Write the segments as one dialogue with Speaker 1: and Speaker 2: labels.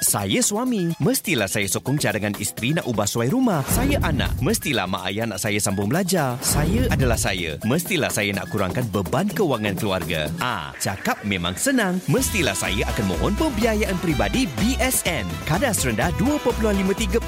Speaker 1: Saya suami, mestilah saya sokong cadangan isteri nak ubah suai rumah. Saya anak, mestilah mak ayah nak saya sambung belajar. Saya adalah saya, mestilah saya nak kurangkan beban kewangan keluarga. Ah, cakap memang senang. Mestilah saya akan mohon pembiayaan peribadi BSN. Kadar rendah 2.53%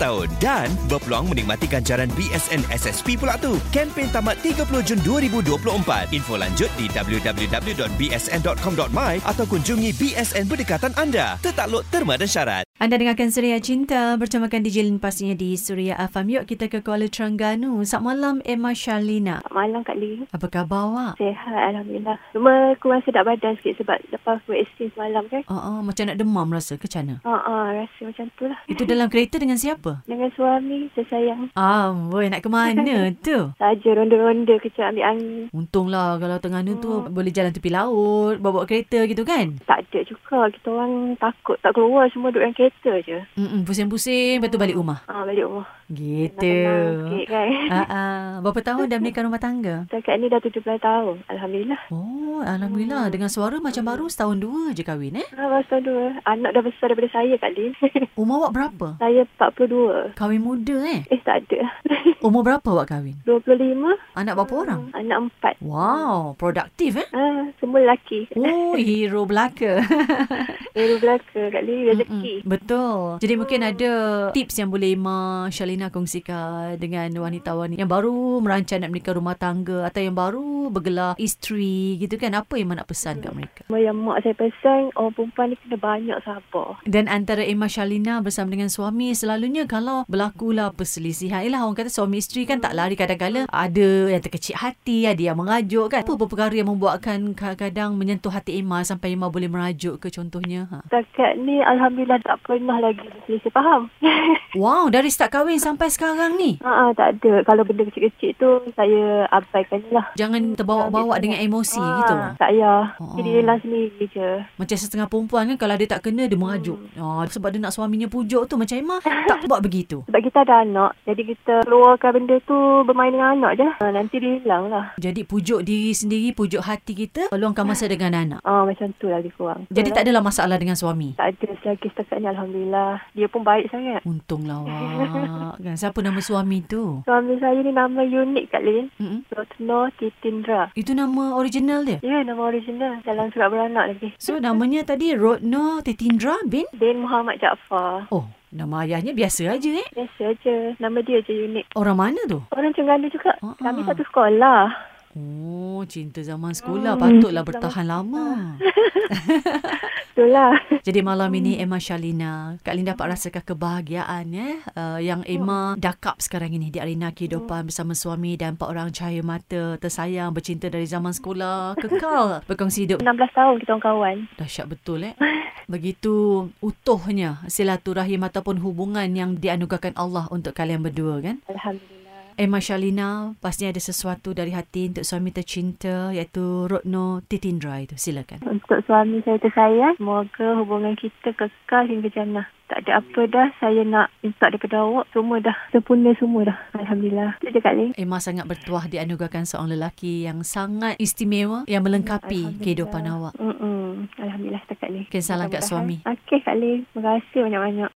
Speaker 1: tahun dan berpeluang menikmati ganjaran BSN SSP pula tu. Kempen tamat 30 Jun 2024. Info lanjut di www.bsn.com.my atau kunjungi BSN berdekatan anda. Tertakluk terma dan syarat.
Speaker 2: Anda dengarkan Suria Cinta bertemakan DJ Lin pastinya di Suria Afam. Yuk kita ke Kuala Terengganu. Selamat malam Emma Sharlina.
Speaker 3: Malam Kak Lee.
Speaker 2: Apa khabar awak?
Speaker 3: Sehat Alhamdulillah. Cuma kurang sedap badan sikit sebab lepas food exchange malam kan.
Speaker 2: Uh, uh, macam nak demam rasa ke macam mana?
Speaker 3: Ha ah, rasa macam tu lah.
Speaker 2: Itu dalam kereta dengan siapa?
Speaker 3: Dengan suami tersayang.
Speaker 2: Ah, boy nak ke mana tu?
Speaker 3: Saja ronda-ronda kejap ambil angin.
Speaker 2: Untunglah kalau Terengganu tu boleh jalan tepi laut, bawa kereta gitu kan?
Speaker 3: Tak ada juga. Kita orang takut tak keluar semua duduk dalam kereta je.
Speaker 2: Mm-mm, pusing-pusing, lepas tu balik rumah.
Speaker 3: Ah, balik rumah.
Speaker 2: Gitu.
Speaker 3: Tenang-tenang sikit kan.
Speaker 2: Ah, ah. Berapa tahun dah menikah rumah tangga?
Speaker 3: Setakat ni dah 17 tahun. Alhamdulillah.
Speaker 2: Oh, Alhamdulillah. Dengan suara macam baru setahun dua je kahwin eh.
Speaker 3: Ah, Masa dua. Anak dah besar daripada saya Kak Lee.
Speaker 2: Umur awak berapa?
Speaker 3: saya 42.
Speaker 2: Kahwin muda eh.
Speaker 3: Eh tak ada.
Speaker 2: Umur berapa awak kahwin?
Speaker 3: 25.
Speaker 2: Anak berapa orang?
Speaker 3: Anak empat.
Speaker 2: Wow, produktif eh.
Speaker 3: Ah, semua lelaki.
Speaker 2: Oh, hero belaka.
Speaker 3: Baru belaka Kak Lee. Rezeki.
Speaker 2: Mm-mm, Betul. Jadi mungkin ada tips yang boleh Ma Shalina kongsikan dengan wanita-wanita yang baru merancang nak menikah rumah tangga atau yang baru bergelar isteri gitu kan. Apa yang Ma nak pesan kat mereka?
Speaker 3: Cuma yang mak saya pesan, orang perempuan ni kena banyak sabar.
Speaker 2: Dan antara Emma Shalina bersama dengan suami selalunya kalau berlakulah perselisihan. Yalah orang kata suami isteri kan tak lari kadang-kadang ada yang terkecil hati, ada yang mengajuk kan. Apa perkara yang membuatkan kadang-kadang menyentuh hati Emma sampai Emma boleh merajuk ke contohnya? Ha.
Speaker 3: Setakat ni Alhamdulillah tak pernah lagi selisih faham.
Speaker 2: Wow, dari start kahwin sampai sekarang ni.
Speaker 3: Haa, Ah, tak ada. Kalau benda kecil-kecil tu saya abaikan je lah.
Speaker 2: Jangan terbawa-bawa dengan emosi
Speaker 3: Ah,
Speaker 2: gitu.
Speaker 3: Tak payah.
Speaker 2: Oh.
Speaker 3: Jadi hilang sendiri je.
Speaker 2: Macam setengah perempuan kan kalau dia tak kena dia merajuk. Ah, sebab dia nak suaminya pujuk tu macam Emma tak buat begitu.
Speaker 3: Sebab kita ada anak. Jadi kita keluarkan benda tu bermain dengan anak je. Ha, nanti dia hilang lah.
Speaker 2: Jadi pujuk diri sendiri, pujuk hati kita, luangkan masa dengan anak.
Speaker 3: Ha, macam tu lah dia kurang.
Speaker 2: Jadi tak adalah masalah dengan suami.
Speaker 3: Tak ada selagi setakat ni Alhamdulillah. Dia pun baik sangat.
Speaker 2: Untunglah awak kan. Siapa nama suami tu?
Speaker 3: Suami saya ni nama unik Kak Lin.
Speaker 2: Mm-mm.
Speaker 3: Rotno Titindra.
Speaker 2: Itu nama original dia?
Speaker 3: Ya, nama original. Dalam surat beranak lagi.
Speaker 2: So namanya tadi Rodno Tetindra bin?
Speaker 3: Bin Muhammad Jaafar.
Speaker 2: Oh, nama ayahnya biasa aja eh.
Speaker 3: Biasa je. Nama dia je unik.
Speaker 2: Orang mana tu?
Speaker 3: Orang Terengganu juga.
Speaker 2: Ah,
Speaker 3: Kami
Speaker 2: ah.
Speaker 3: satu sekolah.
Speaker 2: Oh, cinta zaman sekolah. Patutlah bertahan lama.
Speaker 3: Itulah.
Speaker 2: Jadi malam ini Emma Shalina, Kak Lin dapat rasakan kebahagiaan eh uh, yang Emma dakap sekarang ini di arena kehidupan bersama suami dan empat orang cahaya mata tersayang bercinta dari zaman sekolah kekal berkongsi hidup
Speaker 3: 16 tahun kita orang kawan.
Speaker 2: Dahsyat betul eh. Begitu utuhnya silaturahim ataupun hubungan yang dianugerahkan Allah untuk kalian berdua kan.
Speaker 3: Alhamdulillah.
Speaker 2: Emma Shalina, pastinya ada sesuatu dari hati untuk suami tercinta iaitu Rodno Titindra itu. Silakan.
Speaker 3: Untuk suami saya tersayang, semoga hubungan kita kekal hingga jannah. Tak ada apa dah saya nak minta daripada awak. Semua dah sempurna semua dah. Alhamdulillah. Itu je Kak Ling.
Speaker 2: Emma sangat bertuah dianugerahkan seorang lelaki yang sangat istimewa yang melengkapi kehidupan awak.
Speaker 3: Mm-mm. Alhamdulillah setakat ni.
Speaker 2: Okey, salam kat
Speaker 3: Mudah-mudahan.
Speaker 2: suami.
Speaker 3: Okey Kak Ling. Terima kasih banyak-banyak.